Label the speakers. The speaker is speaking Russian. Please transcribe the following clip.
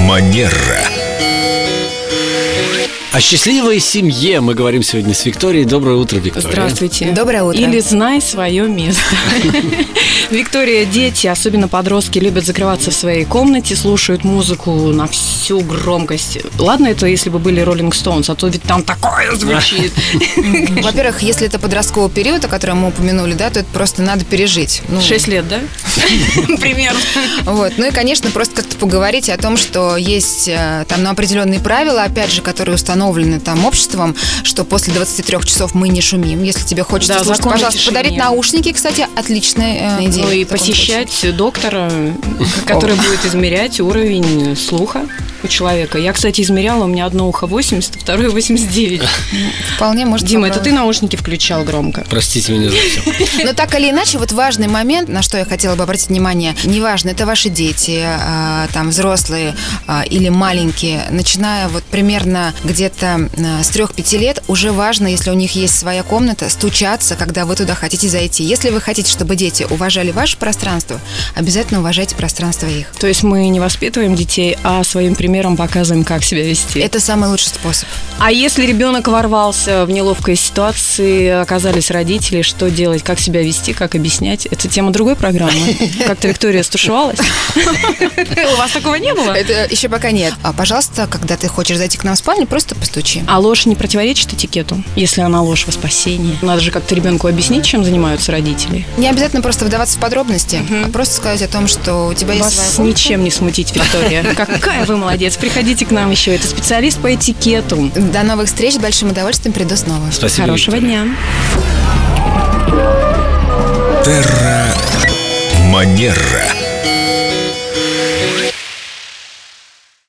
Speaker 1: Венера.
Speaker 2: О счастливой семье мы говорим сегодня с Викторией. Доброе утро, Виктория.
Speaker 3: Здравствуйте.
Speaker 4: Доброе утро.
Speaker 3: Или знай свое место. Виктория, дети, особенно подростки, любят закрываться в своей комнате, слушают музыку на всю громкость. Ладно, это если бы были Роллинг Стоунс, а то ведь там такое звучит.
Speaker 4: Во-первых, если это подростковый период, о котором мы упомянули, да, то это просто надо пережить. Ну,
Speaker 3: Шесть лет, да? Примерно.
Speaker 4: Вот. Ну и, конечно, просто как-то поговорить о том, что есть э, там ну, определенные правила, опять же, которые установлены там обществом, что после 23 часов мы не шумим. Если тебе хочется
Speaker 3: Да,
Speaker 4: слушать,
Speaker 3: закон
Speaker 4: пожалуйста,
Speaker 3: тишины.
Speaker 4: подарить наушники, кстати, отличная э, идея.
Speaker 3: Ну и
Speaker 4: в таком
Speaker 3: посещать доктора, который будет измерять уровень слуха у человека. Я, кстати, измеряла, у меня одно ухо 80, второе 89.
Speaker 4: случае. Вполне может
Speaker 3: Дима, это ты
Speaker 4: попробовать.
Speaker 3: наушники включал громко?
Speaker 2: Простите меня за все.
Speaker 4: Но так или иначе, вот важный момент, на что я хотела бы обратить внимание, неважно, это ваши дети, а, там взрослые а, или маленькие, начиная вот примерно где-то а, с 3-5 лет, уже важно, если у них есть своя комната, стучаться, когда вы туда хотите зайти. Если вы хотите, чтобы дети уважали ваше пространство, обязательно уважайте пространство их.
Speaker 3: То есть мы не воспитываем детей, а своим примером показываем, как себя вести.
Speaker 4: Это самый лучший способ.
Speaker 3: А если ребенок ворвался в неловкой ситуации, оказались родители, что делать, как себя вести, как объяснять? Это тема другой программы. Как-то Виктория стушевалась. У вас такого не было?
Speaker 4: Это еще пока нет. А, пожалуйста, когда ты хочешь зайти к нам в спальню, просто постучи.
Speaker 3: А ложь не противоречит этикету, если она ложь во спасении? Надо же как-то ребенку объяснить, чем занимаются родители.
Speaker 4: Не обязательно просто вдаваться в подробности, а просто сказать о том, что у тебя есть своя
Speaker 3: Вас
Speaker 4: комната.
Speaker 3: ничем не смутить, Виктория. Какая вы молодец. Приходите к нам еще. Это специалист по этикету.
Speaker 4: До новых встреч. С большим удовольствием приду снова.
Speaker 2: Спасибо,
Speaker 3: Хорошего
Speaker 2: Виктория.
Speaker 3: дня.
Speaker 1: Манера.